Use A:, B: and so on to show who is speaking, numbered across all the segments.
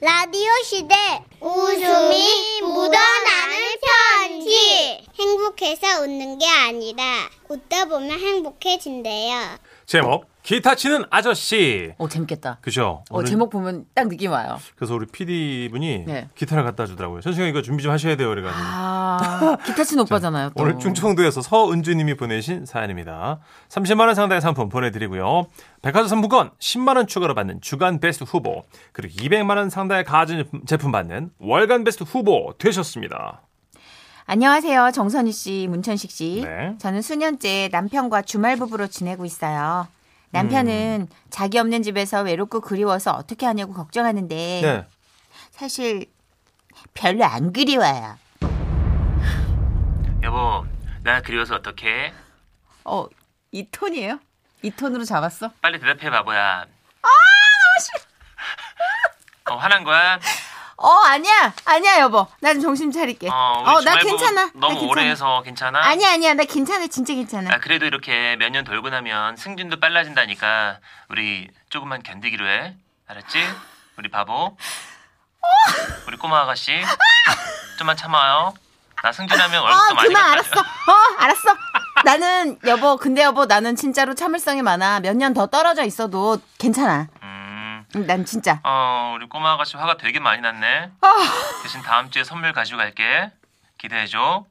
A: 라디오 시대 웃음이 묻어나는 편지 행복해서 웃는 게 아니라 웃다 보면 행복해진대요.
B: 제목 기타 치는 아저씨.
C: 어 재밌겠다.
B: 그죠?
C: 어
B: 오늘
C: 제목 보면 딱 느낌 와요.
B: 그래서 우리 PD 분이
C: 네.
B: 기타를 갖다 주더라고요. 선생님 이거 준비 좀 하셔야 돼요. 그래가지고
C: 아 기타 친 오빠잖아요. 또.
B: 오늘 충청도에서 서은주님이 보내신 사연입니다. 30만 원 상당의 상품 보내드리고요. 백화점 상품권 10만 원 추가로 받는 주간 베스트 후보 그리고 200만 원 상당의 가전 제품 받는 월간 베스트 후보 되셨습니다.
D: 안녕하세요. 정선희 씨, 문천식 씨.
B: 네.
D: 저는 수년째 남편과 주말 부부로 지내고 있어요. 남편은
B: 음.
D: 자기 없는 집에서 외롭고 그리워서 어떻게 하냐고 걱정하는데
B: 네.
D: 사실 별로 안 그리워요.
E: 여보, 나 그리워서 어떡해?
C: 어이 톤이에요? 이 톤으로 잡았어?
E: 빨리 대답해 바보야. 아, 너무 싫어. 어, 화난 거야?
D: 어 아니야 아니야 여보 나 좀 정신 차릴게.
E: 어, 우리
D: 나
E: 주말부
D: 괜찮아. 나
E: 너무
D: 괜찮아.
E: 오래 해서 괜찮아?
D: 아니야 아니야 나 괜찮아 진짜 괜찮아.
E: 아, 그래도 이렇게 몇 년 돌고 나면 승진도 빨라진다니까 우리 조금만 견디기로 해. 알았지? 우리 바보. 우리 꼬마 아가씨. 좀만 참아요. 나 승진하면 월급도
D: 어
E: 많이
D: 그만
E: 받아.
D: 알았어. 어 알았어. 나는 여보 근데 여보 나는 진짜로 참을성이 많아 몇 년 더 떨어져 있어도 괜찮아.
E: 음,
D: 음, 난 진짜.
E: 어, 우리 꼬마 아가씨 화가 되게 많이 났네.
D: 아.
E: 대신 다음 주에 선물 가지고 갈게. 기대해줘.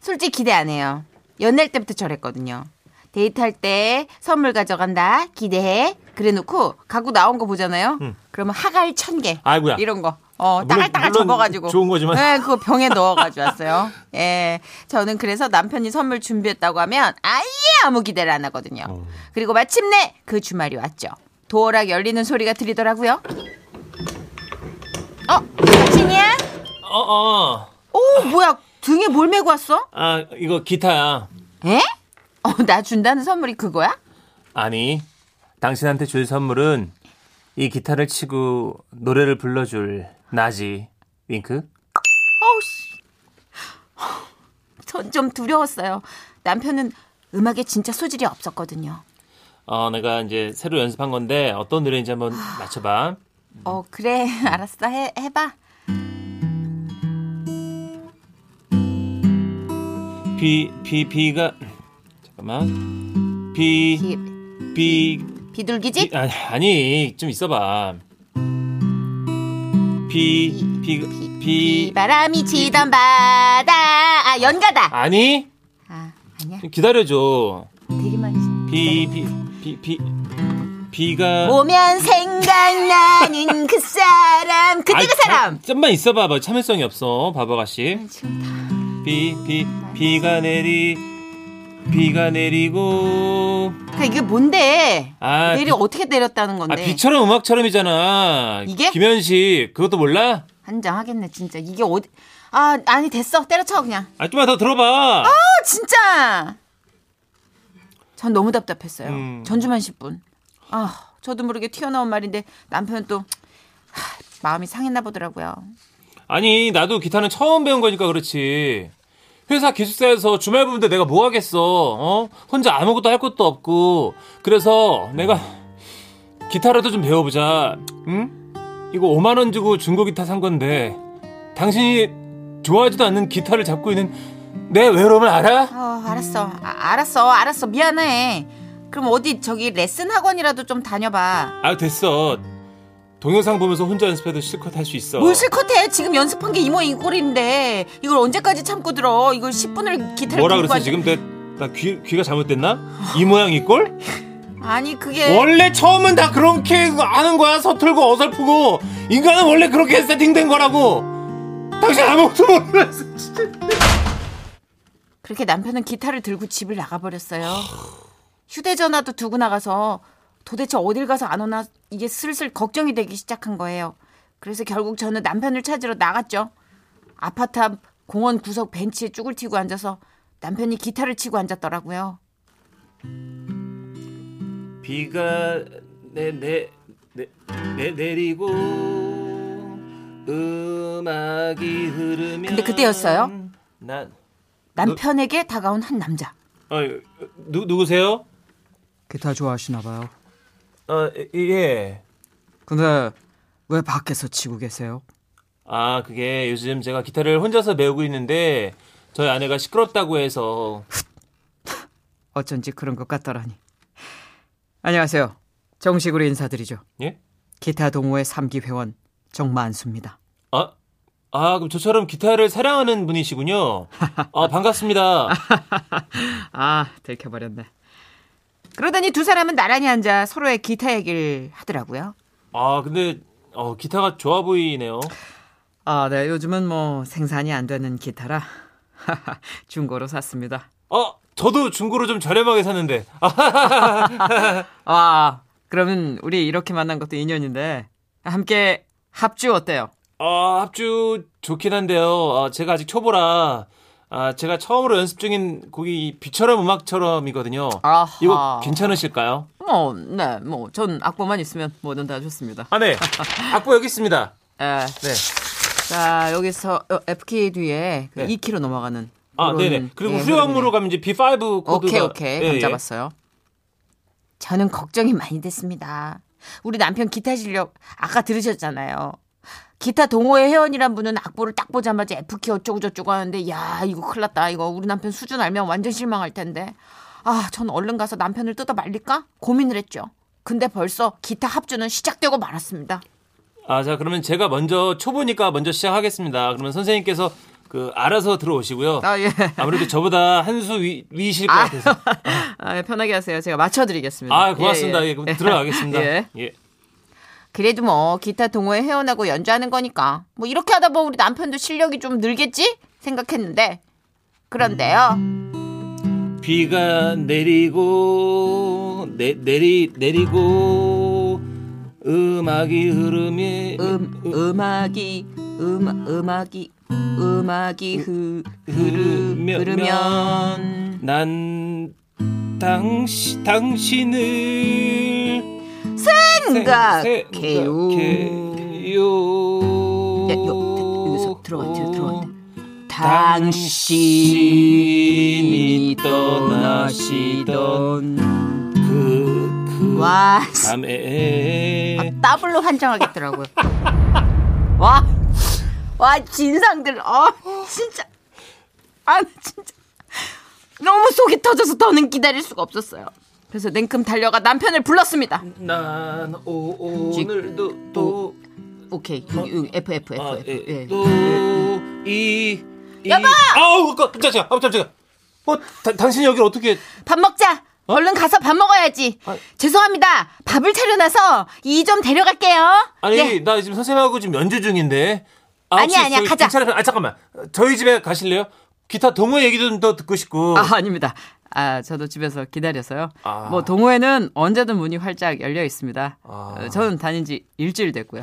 D: 솔직히 기대 안 해요. 연애할 때부터 저랬거든요. 데이트할 때 선물 가져간다. 기대해. 그래 놓고 가구 나온 거 보잖아요. 그러면 하갈 천 개.
B: 아이고야.
D: 이런 거. 어,
B: 물론-
D: 따갈따갈
B: 물론
D: 접어가지고.
B: 좋은 거지만.
D: 네, 그거 병에 넣어 가져왔어요. 예. 저는 그래서 남편이 선물 준비했다고 하면 아예 아무 기대를 안 하거든요.
B: 어.
D: 그리고 마침내 그 주말이 왔죠. 도어락 열리는 소리가 들리더라고요. 어, 당신이야?
E: 어, 어.
D: 오, 뭐야. 등에 뭘 메고 왔어?
E: 아, 이거 기타야.
D: 에? 어, 나 준다는 선물이 그거야?
B: 아니 당신한테 줄 선물은 이 기타를 치고 노래를 불러줄 나지 윙크.
D: 어우씨. 전 좀 두려웠어요. 남편은 음악에 진짜 소질이 없었거든요.
B: 어 내가 이제 새로 연습한 건데 어떤 노래인지 한번 맞춰봐.
D: 어, 그래. 알았어. 해, 해봐.
B: 비, 비, 비가 잠깐만 비,
D: 비,
B: 비, 비
D: 비둘기집?
B: 아니, 아니 좀 있어봐 비, 비, 비, 비
D: 비바람이 치던 바다. 아, 연가다.
B: 아니
D: 아, 아니야.
B: 좀 기다려줘
D: 되게 많이.
B: 비,
D: 치-
B: 비, 비, 비 비가
D: 오면 생각나는 그 사람. 그때
B: 아이,
D: 그 사람.
B: 참- 좀만 있어봐 뭐 참을성이 없어 바보 아가씨
D: 지금 다.
B: 비, 비, 비가 내리 비가 내리고
D: 그러니까 이게 뭔데?
B: 아,
D: 내리
B: 비-
D: 어떻게 내렸다는
B: 아
D: 건데?
B: 비처럼 음악처럼이잖아
D: 이게?
B: 김현식 그것도 몰라?
D: 한장하겠네 진짜 이게 어디 아 아니 됐어 때려쳐 그냥
B: 아 좀만 더 들어봐.
D: 어 진짜 전 너무 답답했어요
B: 음.
D: 전주만 10분 아 저도 모르게 튀어나온 말인데 남편은 또 하, 마음이 상했나 보더라고요
B: 아니 나도 기타는 처음 배운 거니까 그렇지. 회사 기숙사에서 주말 부부인데 내가 뭐 하겠어? 어? 혼자 아무것도 할 것도 없고. 그래서 내가 기타라도 좀 배워보자. 응? 이거 5만 원 주고 중고 기타 산 건데 당신이 좋아하지도 않는 기타를 잡고 있는 내 외로움을 알아?
D: 어 알았어
B: 음.
D: 아, 알았어 알았어 미안해 그럼 어디 저기 레슨 학원이라도 좀 다녀봐
B: 아 됐어. 동영상 보면서 혼자 연습해도 실컷 할 수 있어.
D: 뭘 실컷해 지금 연습한 게 이모 이 꼴인데 이걸 언제까지 참고 들어 이걸 10분을 기타를
B: 뭐라
D: 들고
B: 그랬어
D: 앉아-
B: 지금 내, 나 귀, 귀가 잘못됐나? 이 모양 이 꼴?
D: 아니 그게
B: 원래 처음은 다 그렇게 아는 거야 서툴고 어설프고 인간은 원래 그렇게 세팅된 거라고 당신 아무것도 몰랐어
D: 그렇게 남편은 기타를 들고 집을 나가버렸어요. 휴대전화도 두고 나가서 도대체 어딜 가서 안 오나 이게 슬슬 걱정이 되기 시작한 거예요. 그래서 결국 저는 남편을 찾으러 나갔죠. 아파트 앞 공원 구석 벤치에 쭈글 튀고 앉아서 남편이 기타를 치고 앉았더라고요.
B: 비가 내 내 내 내, 내리고 음악이 흐르면
D: 근데 그때였어요?
B: 난
D: 남편에게 다가온 한 남자.
B: 어, 누, 누구세요?
F: 기타 좋아하시나 봐요.
B: 예. 어, 예.
F: 근데
D: 왜 밖에서 치고 계세요?
B: 아, 그게 요즘 제가 기타를 혼자서 배우고 있는데 저희 아내가 시끄럽다고 해서
D: 어쩐지 그런 것 같더라니. 안녕하세요. 정식으로 인사드리죠.
B: 예?
D: 기타 동호회 3기 회원 정만수입니다.
B: 아, 아, 그럼 저처럼 기타를 사랑하는 분이시군요. 아, 반갑습니다.
D: 아, 들켜버렸네.
F: 그러더니 두 사람은 나란히 앉아 서로의 기타 얘기를 하더라고요.
B: 아, 근데 어, 기타가 좋아 보이네요.
D: 아, 네. 요즘은 뭐 생산이 안 되는 기타라 중고로 샀습니다.
B: 어, 저도 중고로 좀 저렴하게 샀는데. 아,
D: 아, 그러면 우리 이렇게 만난 것도 인연인데 함께 합주 어때요?
B: 아, 합주 좋긴 한데요. 아, 제가 아직 초보라. 아, 제가 처음으로 연습 중인 곡이 이 비처럼 음악처럼이거든요.
D: 아하.
B: 이거 괜찮으실까요?
D: 뭐, 네. 뭐 전 악보만 있으면 뭐든 다 좋습니다.
B: 아, 네. 악보 여기 있습니다.
D: 에,
B: 네.
D: 자, 여기서 어, FK 뒤에 그
B: 네.
D: 2km 넘어가는
B: 아,
D: 그런,
B: 네네. 그리고
D: 예,
B: 후렴으로 가면 이제 B5 코드가
F: 오케이, 오케이.
B: 예,
F: 감
B: 예.
F: 잡았어요. 저는 걱정이 많이 됐습니다. 우리 남편 기타 실력 아까 들으셨잖아요. 기타 동호회 회원이란 분은 악보를 딱 보자마자 F키 어쩌고저쩌고 하는데 야 이거 큰일 났다 이거 우리 남편 수준 알면 완전 실망할 텐데 아 전 얼른 가서 남편을 뜯어 말릴까 고민을 했죠 근데 벌써 기타 합주는 시작되고 말았습니다
B: 아, 자, 그러면 제가 먼저 초보니까 먼저 시작하겠습니다. 그러면 선생님께서 그 알아서 들어오시고요.
D: 아, 예.
B: 아무래도 저보다 한 수 위이실 것 같아서.
D: 아, 예, 편하게 하세요. 제가 맞춰드리겠습니다.
B: 네, 아, 고맙습니다.
D: 예,
B: 예,
D: 예.
B: 그럼 들어가겠습니다.
D: 예.
B: 예.
F: 그래도 뭐 기타 동호회 회원하고 연주하는 거니까 뭐 이렇게 하다 보면 우리 남편도 실력이 좀 늘겠지 생각했는데 그런데요
B: 비가 내리고 내, 내리 내리고 음악이 흐르며
G: 음 음악이 음 음악이 음악이 흐 흐르, 흐르면
B: 흐르면 난 당시 당신을
G: 생각해요.
B: 생각해요.
G: 야, 이거, 여기서 들어가, 들어, 들어가. 당신이
B: 당신이 떠나시던
G: 떠나시던
B: 그, 그
F: 와
B: 밤에
F: 더블로 환장하겠더라고요 와, 와 진상들 아 진짜 아 진짜 너무 속이 터져서 더는 기다릴 수가 없었어요 그래서 냉큼 달려가 남편을 불렀습니다
B: 난 오, 오늘도 또
F: 오케이 여기, 여기 F F F,
B: 아,
F: F.
B: 예,
F: 예.
B: 또 이, 이 여보 아우 그, 깜짝이야 아우 깜짝이야 어 다- 당신이 여기 어떻게
F: 밥 먹자. 얼른 가서 밥 먹어야지.
B: 아이.
F: 죄송합니다. 밥을 차려놔서 이 좀 데려갈게요.
B: 아니
F: 예.
B: 나 지금 선생님하고 지금 연주 중인데 아,
F: 아니야,
B: 혹시
F: 아니야,
B: 저기
F: 가자.
B: 괜찮으면 아 잠깐만 저희 집에 가실래요? 기타 동호 얘기 좀 더 듣고 싶고
D: 아, 아닙니다. 아, 저도 집에서 기다려서요.
B: 어. 아.
D: 뭐, 동호회는 언제든 문이 활짝 열려 있습니다.
B: 아.
D: 어, 저는 다닌 지 일주일 됐고요.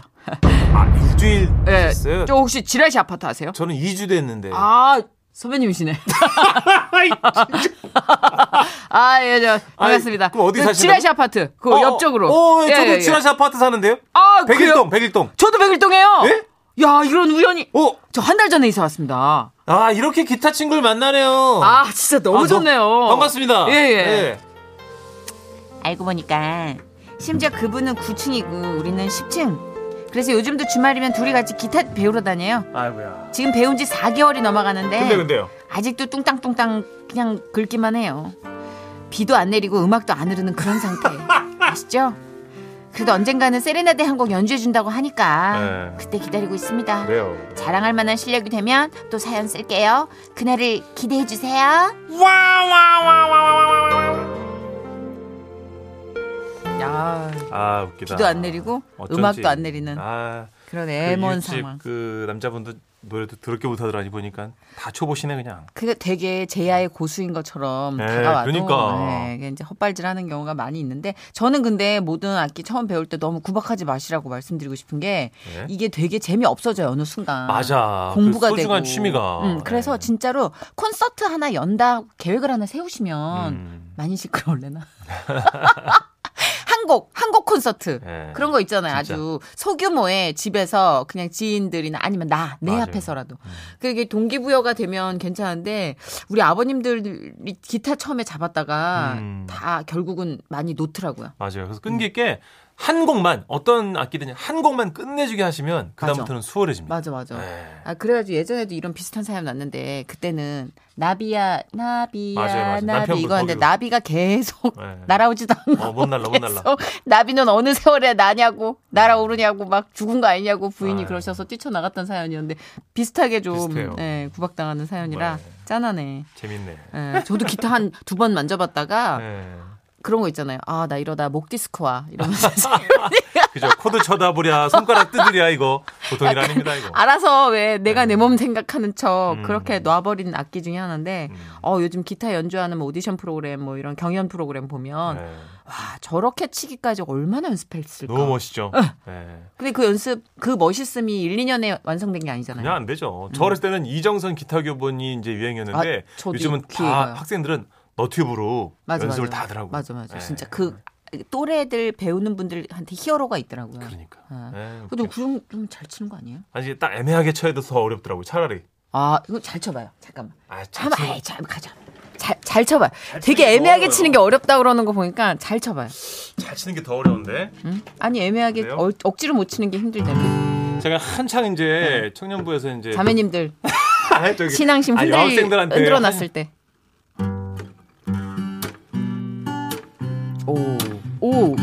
B: 아, 일주일
D: 예.
B: 됐어요?
D: 저 혹시 지라시 아파트 아세요?
B: 저는 2주 됐는데
D: 아, 선배님이시네. 아, 예, 저, 반갑습니다.
B: 그럼 어디
D: 그
B: 사시나요?
D: 지라시 아파트, 그
B: 어,
D: 옆쪽으로.
B: 어, 예,
D: 예,
B: 저도
D: 예, 예.
B: 지라시 아파트 사는데요
D: 아,
B: 백일동
D: 그래요?
B: 백일동
D: 저도 백일동이에요.
B: 예?
D: 야, 이런 우연이.
B: 어?
D: 저 한 달 전에 이사 왔습니다.
B: 아 이렇게 기타 친구를 만나네요
D: 아, 진짜 너무
B: 아, 너-
D: 좋네요.
B: 반갑습니다
D: 예, 예.
F: 알고 보니까 심지어 그분은 9층이고 우리는 10층. 그래서 요즘도 주말이면 둘이 같이 기타 배우러 다녀요.
B: 아이고야
F: 지금 배운 지 4개월이 넘어가는데
B: 근데 그 근데요
F: 아직도 뚱땅뚱땅 그냥 긁기만 해요. 비도 안 내리고 음악도 안 흐르는 그런 상태. 아시죠? 그래도 언젠가는 세레나데 한 곡 연주해 준다고 하니까
D: 아.
B: 네.
F: 그때 기다리고 있습니다.
B: 그래요
F: 자랑할 만한 실력이 되면 또 사연 쓸게요. 그날을 기대해 주세요.
D: 야,
B: 아 웃기다
D: 비도 안 내리고
B: 어쩐지.
D: 음악도 안 내리는
B: 아,
D: 그런
B: 그
D: 애먼
B: 이웃집
D: 상황.
B: 그 남자분도 노래도 더럽게 못하더라니 보니까 다 초보시네 그냥
D: 그게 되게 제야의 고수인 것처럼
B: 네,
D: 다가와도
B: 그러니까.
D: 네, 이게 이제 헛발질하는 경우가 많이 있는데 저는 근데 모든 악기 처음 배울 때 너무 구박하지 마시라고 말씀드리고 싶은 게
B: 네.
D: 이게 되게 재미 없어져요 어느 순간.
B: 맞아
D: 공부가
B: 그 소중한
D: 되고.
B: 취미가
D: 음, 그래서
B: 네.
D: 진짜로 콘서트 하나 연다 계획을 하나 세우시면
B: 음,
D: 많이 시끄러울래나. 한곡 한곡 콘서트
B: 네.
D: 그런 거 있잖아요.
B: 진짜.
D: 아주 소규모의 집에서 그냥 지인들이나 아니면 나 내
B: 맞아요. 음.
D: 앞에서라도 그게 동기부여가 되면 괜찮은데 우리 아버님들이 기타 처음에 잡았다가
B: 음.
D: 다 결국은 많이 놓더라고요.
H: 음.
B: 맞아요 그래서 끈기 있게 한 곡만 어떤 악기든 한 곡만 끝내주게 하시면 그 다음부터는 수월해집니다.
H: 맞아 맞아.
B: 네.
H: 아 그래가지고 예전에도 이런 비슷한 사연 났는데 그때는 나비야 나비야
B: 맞아요, 맞아요. 남편분
H: 나비 이거였는데
B: 거기로.
H: 나비가 계속
B: 네.
H: 날아오지도 않고
B: 어, 못 날라, 못 날라.
H: 계속 나비는 어느 세월에 나냐고 날아오르냐고 막 죽은 거 아니냐고 부인이
B: 아유.
H: 그러셔서 뛰쳐나갔던 사연이었는데 비슷하게 좀
B: 비슷해요.
H: 예, 구박당하는 사연이라
B: 네.
H: 짠하네.
B: 재밌네.
H: 예, 저도 기타 한 두 번 만져봤다가
B: 네.
H: 그런 거 있잖아요. 아 나 이러다 목 디스크와 이러면서
B: 그죠. 코드 쳐다보랴, 손가락 뜨드랴, 이거. 보통 일 아닙니다, 이거.
H: 알아서 왜 내가
B: 네.
H: 내 몸 생각하는 척
B: 음.
H: 그렇게 놔버린 악기 중에 하나인데
B: 음.
H: 어 요즘 기타 연주하는 뭐 오디션 프로그램 뭐 이런 경연 프로그램 보면
B: 네.
H: 와 저렇게 치기까지 얼마나 연습했을까
B: 너무 멋있죠. 네.
H: 근데 그 연습 그 멋있음이 1, 2년에 완성된 게 아니잖아요
B: 그냥 안 되죠. 저 어렸을 때는 이정선 기타 교본이 이제 유행이었는데
H: 음. 아, 저도
B: 요즘은 다
H: 기회가요.
B: 학생들은 너튜브로
H: 맞아,
B: 연습을
H: 맞아.
B: 다 하더라고요.
H: 맞아 맞아
B: 네.
H: 진짜 그 또래들 배우는 분들한테 히어로가 있더라고요
B: 그러니까.
H: 아.
B: 네,
H: 근데
B: 웃겨.
H: 그럼 좀 잘 치는 거 아니에요?
B: 아니 딱 애매하게 쳐야 돼서 더 어렵더라고요. 차라리.
H: 아 이거 잘 쳐봐요 잠깐만
B: 아, 참.
H: 한번 아이 잘 가자 잘, 잘 쳐봐요 되게
B: 치는 게
H: 애매하게
B: 어려워요.
H: 치는 게 어렵다 그러는 거 보니까 잘 쳐봐요
B: 잘 치는 게 더 어려운데.
H: 아니 애매하게
B: 그래요? 네,
H: 어- 억지로 못 치는 게 힘들다며
B: 제가 한창 이제 청년부에서 이제
H: 자매님들
B: 아, 저기-
H: 신앙심
B: 아,
H: 흔들
B: 여학생들한테
H: 흔들어 놨을 때. 오. 오.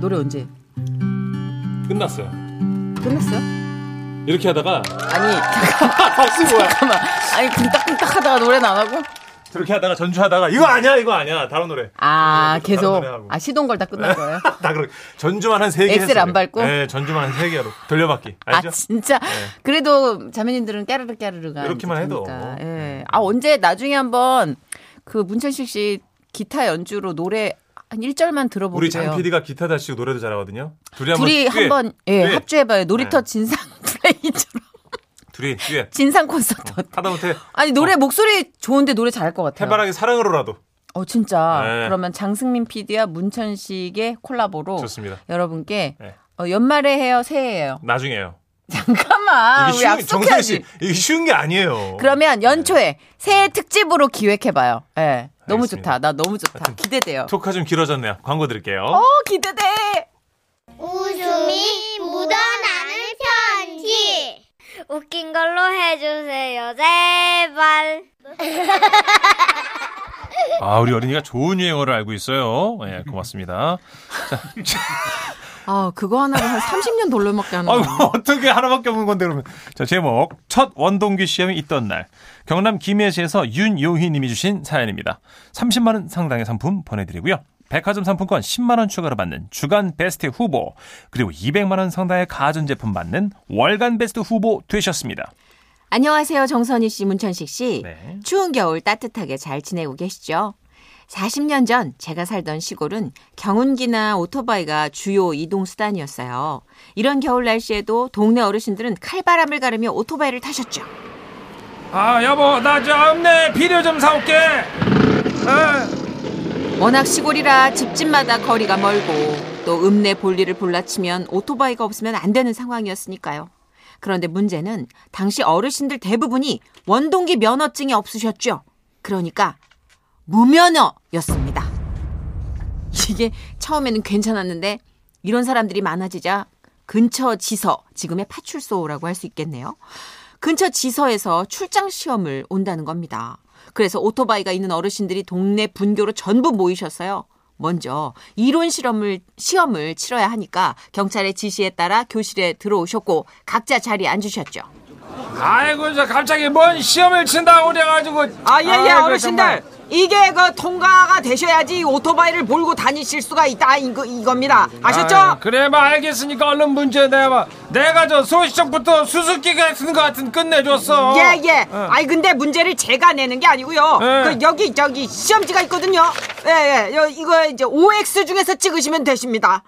H: 노래 언제
B: 한- 끝났어요.
H: 끝났어요?
B: 이렇게 하다가
H: 아니 잠깐만
B: 박수 뭐야?
H: 잠깐만. 아니 쿵딱쿵딱하다가 노래는 안 하고
B: 저렇게 하다가 전주하다가 이거 아니야 이거 아니야 다른 노래.
H: 아
B: 다른
H: 계속
B: 노래 하고.
H: 아 시동 걸다 끝난 거예요?
B: 다 그렇게 전주만 한 세 개.
H: 엑셀
B: 했어요.
H: 안 밟고?
B: 네, 전주만 한 세 개로 돌려받기. 알죠?
H: 아 진짜 그래도 자매님들은 깨르르 깨르르가
B: 이렇게만
H: 이제
B: 해도. 네.
H: 되니까. 예. 아 언제 나중에 한번 그 문천식 씨 기타 연주로 노래 한 1절만 들어보게요.
B: 우리 장 PD가 기타 잘 치고 노래도 잘하거든요. 둘이 한번
H: 둘이
B: 듀엣,
H: 한번 예,
B: 듀엣.
H: 합주해 봐요. 놀이터
B: 네.
H: 진상 플레이처럼
B: 둘이 듀엣.
H: 진상 콘서트. 어때?
B: 하다못해
H: 아니 노래 목소리 좋은데 노래 잘할 것 같아요.
B: 해바라기 사랑으로라도
H: 어 진짜.
B: 네.
H: 그러면 장승민 PD와 문천식의 콜라보로
B: 좋습니다.
H: 여러분께
B: 네.
H: 어, 연말에 해요, 새해예요.
B: 나중에요.
H: 잠깐만. 아, 우리
B: 쉬운 정선
H: 약속해야지.
B: 씨 이게 쉬운 게 아니에요.
H: 그러면 연초에 새해 특집으로 기획해봐요. 예. 너무
B: 알겠습니다.
H: 좋다. 나 너무 좋다. 기대돼요.
B: 토크가 좀 길어졌네요. 광고 드릴게요.
H: 어, 기대돼!
A: 웃음이 묻어나는 편지. 웃긴 걸로 해주세요, 제발.
B: 아 우리 어린이가 좋은 유행어를 알고 있어요. 예, 고맙습니다.
H: 아, 그거 하나로 한 30년 돌려먹게 하는
B: 아이고, 어떻게 하나밖에 없는 건데, 그러면. 자, 제목. 첫 원동기 시험이 있던 날. 경남 김해시에서 윤요희 님이 주신 사연입니다. 30만원 상당의 상품 보내드리고요. 백화점 상품권 10만원 추가로 받는 주간 베스트 후보, 그리고 200만원 상당의 가전제품 받는 월간 베스트 후보 되셨습니다.
D: 안녕하세요, 정선희 씨, 문천식 씨.
B: 네.
D: 추운 겨울 따뜻하게 잘 지내고 계시죠? 40년 전 제가 살던 시골은 경운기나 오토바이가 주요 이동 수단이었어요. 이런 겨울 날씨에도 동네 어르신들은 칼바람을 가르며 오토바이를 타셨죠.
B: 아, 여보, 나 저 읍내 비료 좀 사올게.
D: 워낙 시골이라 집집마다 거리가 멀고 또 읍내 볼일을 볼라치면 오토바이가 없으면 안 되는 상황이었으니까요. 그런데 문제는 당시 어르신들 대부분이 원동기 면허증이 없으셨죠. 그러니까 무면허였습니다. 이게 처음에는 괜찮았는데 이런 사람들이 많아지자 근처 지서, 지금의 파출소라고 할 수 있겠네요. 근처 지서에서 출장 시험을 온다는 겁니다. 그래서 오토바이가 있는 어르신들이 동네 분교로 전부 모이셨어요. 먼저 이론 실험을 시험을 치러야 하니까 경찰의 지시에 따라 교실에 들어오셨고 각자 자리에 앉으셨죠.
B: 아이고, 저 갑자기 뭔 시험을 친다고 그래가지고.
D: 아, 예, 예, 어르신들. 이게 그 통과가 되셔야지 오토바이를 몰고 다니실 수가 있다, 이거, 이겁니다. 아셨죠?
B: 그래, 봐 알겠으니까 얼른 문제 내봐. 내가 저 소시적부터 수수께끼가 쓰는 것 같은 끝내줬어.
D: 예, 예. 아니, 근데 문제를 제가 내는 게 아니고요.
B: 예.
D: 그 여기, 저기, 시험지가 있거든요. 예, 예. 여- 이거 이제 OX 중에서 찍으시면 되십니다.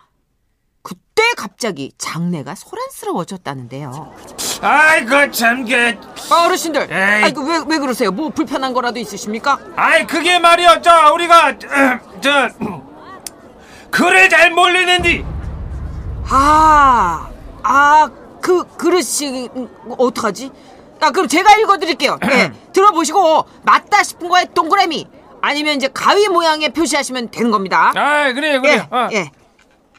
D: 그때 갑자기 장내가 소란스러워졌다는데요.
B: 아이고 참 그,
D: 아, 어르신들.
B: 에이.
D: 아이고, 왜, 왜 그러세요? 뭐 불편한 거라도 있으십니까?
B: 아이 그게 말이야, 저 우리가 저 그래 잘 몰리는디.
D: 아, 아, 그, 그릇이, 음, 어떡하지? 아, 그럼 제가 읽어드릴게요. 예, 들어보시고 맞다 싶은 거에 동그라미 아니면 이제 가위 모양에 표시하시면 되는 겁니다.
B: 아 그래요 그래요. 어.
D: 예.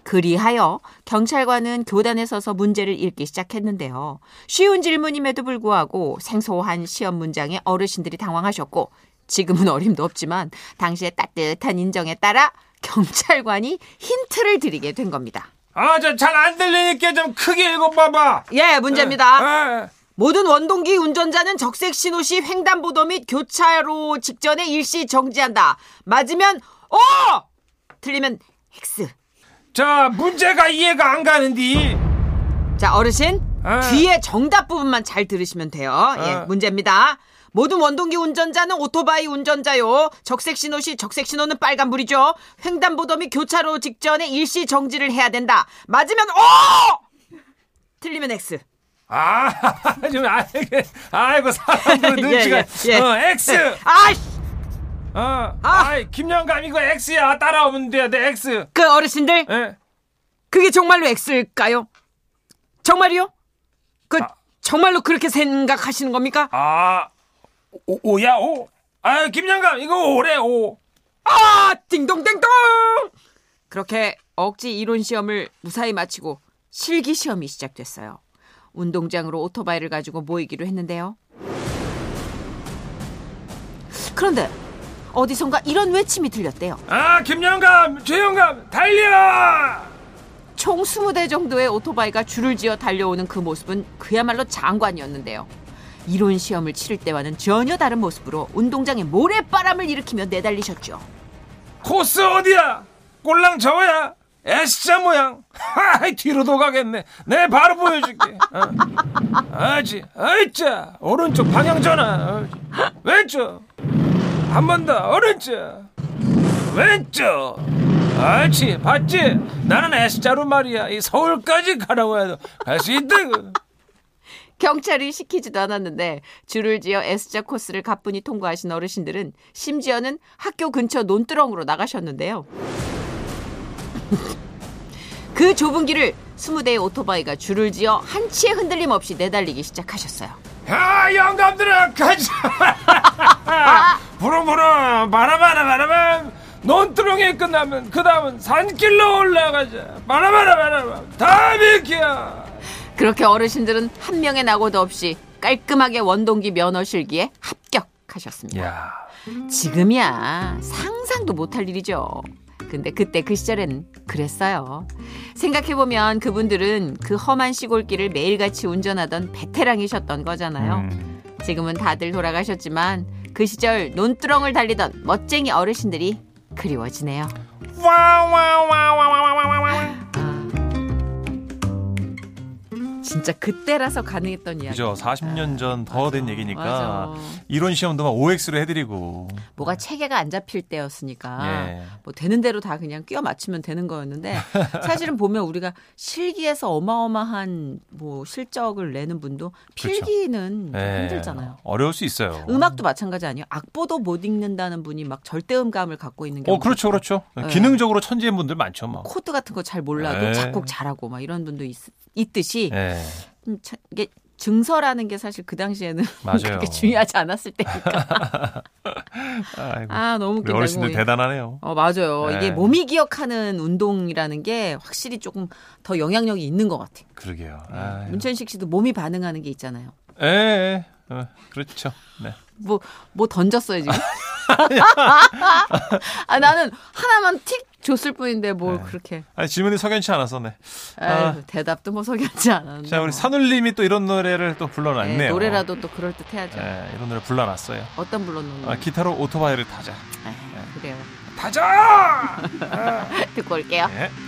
D: 그리하여 경찰관은 교단에 서서 문제를 읽기 시작했는데요. 쉬운 질문임에도 불구하고 생소한 시험 문장에 어르신들이 당황하셨고 지금은 어림도 없지만 당시의 따뜻한 인정에 따라 경찰관이 힌트를 드리게 된 겁니다.
B: 아저 잘 안 들리니까 좀 크게 읽어봐봐.
D: 예, 문제입니다.
B: 아,
D: 모든 원동기 운전자는 적색 신호 시 횡단보도 및 교차로 직전에 일시 정지한다. 맞으면 O! 틀리면 X.
B: 자 문제가 이해가 안 가는디.
D: 자, 어르신.
B: 아.
D: 뒤에 정답 부분만 잘 들으시면 돼요.
B: 아.
D: 예, 문제입니다. 모든 원동기 운전자는 오토바이 운전자요. 적색 신호 시 적색 신호는 빨간불이죠. 횡단보도 및 교차로 직전에 일시 정지를 해야 된다. 맞으면 O! 틀리면 X.
B: 아, 아좀 알게. 아이고 사람들
D: 예,
B: 눈치가.
D: 예, 예.
B: 어 X.
D: 아이씨!
B: 어. 아이 김영감 이거 X야 따라오면 돼요 내 X.
D: 그 어르신들.
B: 예.
D: 그게 정말로 X일까요? 정말이요? 그 정말로 그렇게 생각하시는 겁니까?
B: 아 오, 오야 오. 아 김영감 이거 오래 오.
D: 아, 띵동댕동! 그렇게 억지 이론 시험을 무사히 마치고 실기 시험이 시작됐어요. 운동장으로 오토바이를 가지고 모이기로 했는데요. 그런데 어디선가 이런 외침이 들렸대요.
B: 아 김영감 최영감 달려.
D: 총 20대 정도의 오토바이가 줄을 지어 달려오는 그 모습은 그야말로 장관이었는데요. 이론 시험을 치를 때와는 전혀 다른 모습으로 운동장에 모래바람을 일으키며 내달리셨죠.
B: 코스 어디야? 꼴랑 저거야? S자 모양. 하이 뒤로도 가겠네. 내 바로 보여줄게. 어. 아지, 아이자 오른쪽 방향 전환. 어. 왼쪽. 한 번 더 오른쪽. 왼쪽. 알지, 봤지? 나는 S자로 말이야. 이 서울까지 가라고 해도 갈 수 있다.
D: 경찰이 시키지도 않았는데 줄을 지어 S자 코스를 가뿐히 통과하신 어르신들은 심지어는 학교 근처 논두렁으로 나가셨는데요. 그 좁은 길을 20대의 오토바이가 줄을 지어 한치의 흔들림 없이 내달리기 시작하셨어요.
B: 야, 아, 영감들아, 가자. 부릉 부릉, 바라바라 바라밤. 논두렁이 끝나면 그 다음은 산길로 올라가자. 바라바라 바라밤. 다 비켜.
D: 그렇게 어르신들은 한 명의 낙오도 없이 깔끔하게 원동기 면허 실기에 합격하셨습니다.
B: 야,
D: 지금이야 상상도 못할 일이죠. 근데 그때 그 시절엔 그랬어요. 생각해보면 그분들은 그 험한 시골길을 매일같이 운전하던 베테랑이셨던 거잖아요. 지금은 다들 돌아가셨지만 그 시절 논두렁을 달리던 멋쟁이 어르신들이 그리워지네요.
B: 와와와와와와와와.
D: 진짜 그때라서 가능했던 이야기.
I: 그죠. 40년 전 더 된 얘기니까
D: 맞아.
I: 이론 시험도 막 OX로 해드리고.
D: 뭐가 체계가 안 잡힐 때였으니까
I: 예.
D: 뭐 되는 대로 다 그냥 끼워 맞추면 되는 거였는데 사실은 보면 우리가 실기에서 어마어마한 뭐 실적을 내는 분도 필기는
I: 그렇죠. 예.
D: 그러니까 힘들잖아요.
I: 어려울 수 있어요.
D: 음악도 마찬가지 아니에요. 악보도 못 읽는다는 분이 막 절대음감을 갖고 있는 경우
I: 어, 그렇죠, 그렇죠.
D: 예.
I: 기능적으로 천재인 분들 많죠, 뭐. 막.
D: 코드 같은 거 잘 몰라도
I: 네.
D: 작곡 잘하고 막 이런 분도 있, 있듯이
I: 예.
D: 음, 참 이게 증서라는 게 사실 그 당시에는
I: 맞아요.
D: 그렇게 중요하지 않았을 때니까
I: 아이고.
D: 아 너무
I: 우리
D: 웃긴다.
I: 어르신들
D: 이거.
I: 대단하네요.
D: 어, 맞아요.
I: 네.
D: 이게 몸이 기억하는 운동이라는 게 확실히 조금 더 영향력이 있는 것 같아요.
I: 그러게요.
D: 음.
I: 아유.
D: 문천식 씨도 몸이 반응하는 게 있잖아요.
I: 예, 예. 어, 그렇죠. 네.
D: 뭐, 뭐 던졌어요, 지금? 아, 나는 하나만 틱 줬을 뿐인데 뭘 그렇게.
I: 아니, 질문이 석연치 않아서, 네.
D: 아이고,
I: 아.
D: 대답도 뭐 석연치 않았는데.
I: 자, 우리
D: 뭐.
I: 산울님이 또 이런 노래를 또 불러놨네요.
D: 네, 노래라도 또 그럴듯 해야죠.
I: 예, 이런 노래 불러놨어요.
D: 어떤 불렀는지.
I: 아, 기타로 오토바이를 타자.
D: 그래요.
B: 가자.
D: 듣고 올게요.
I: 네.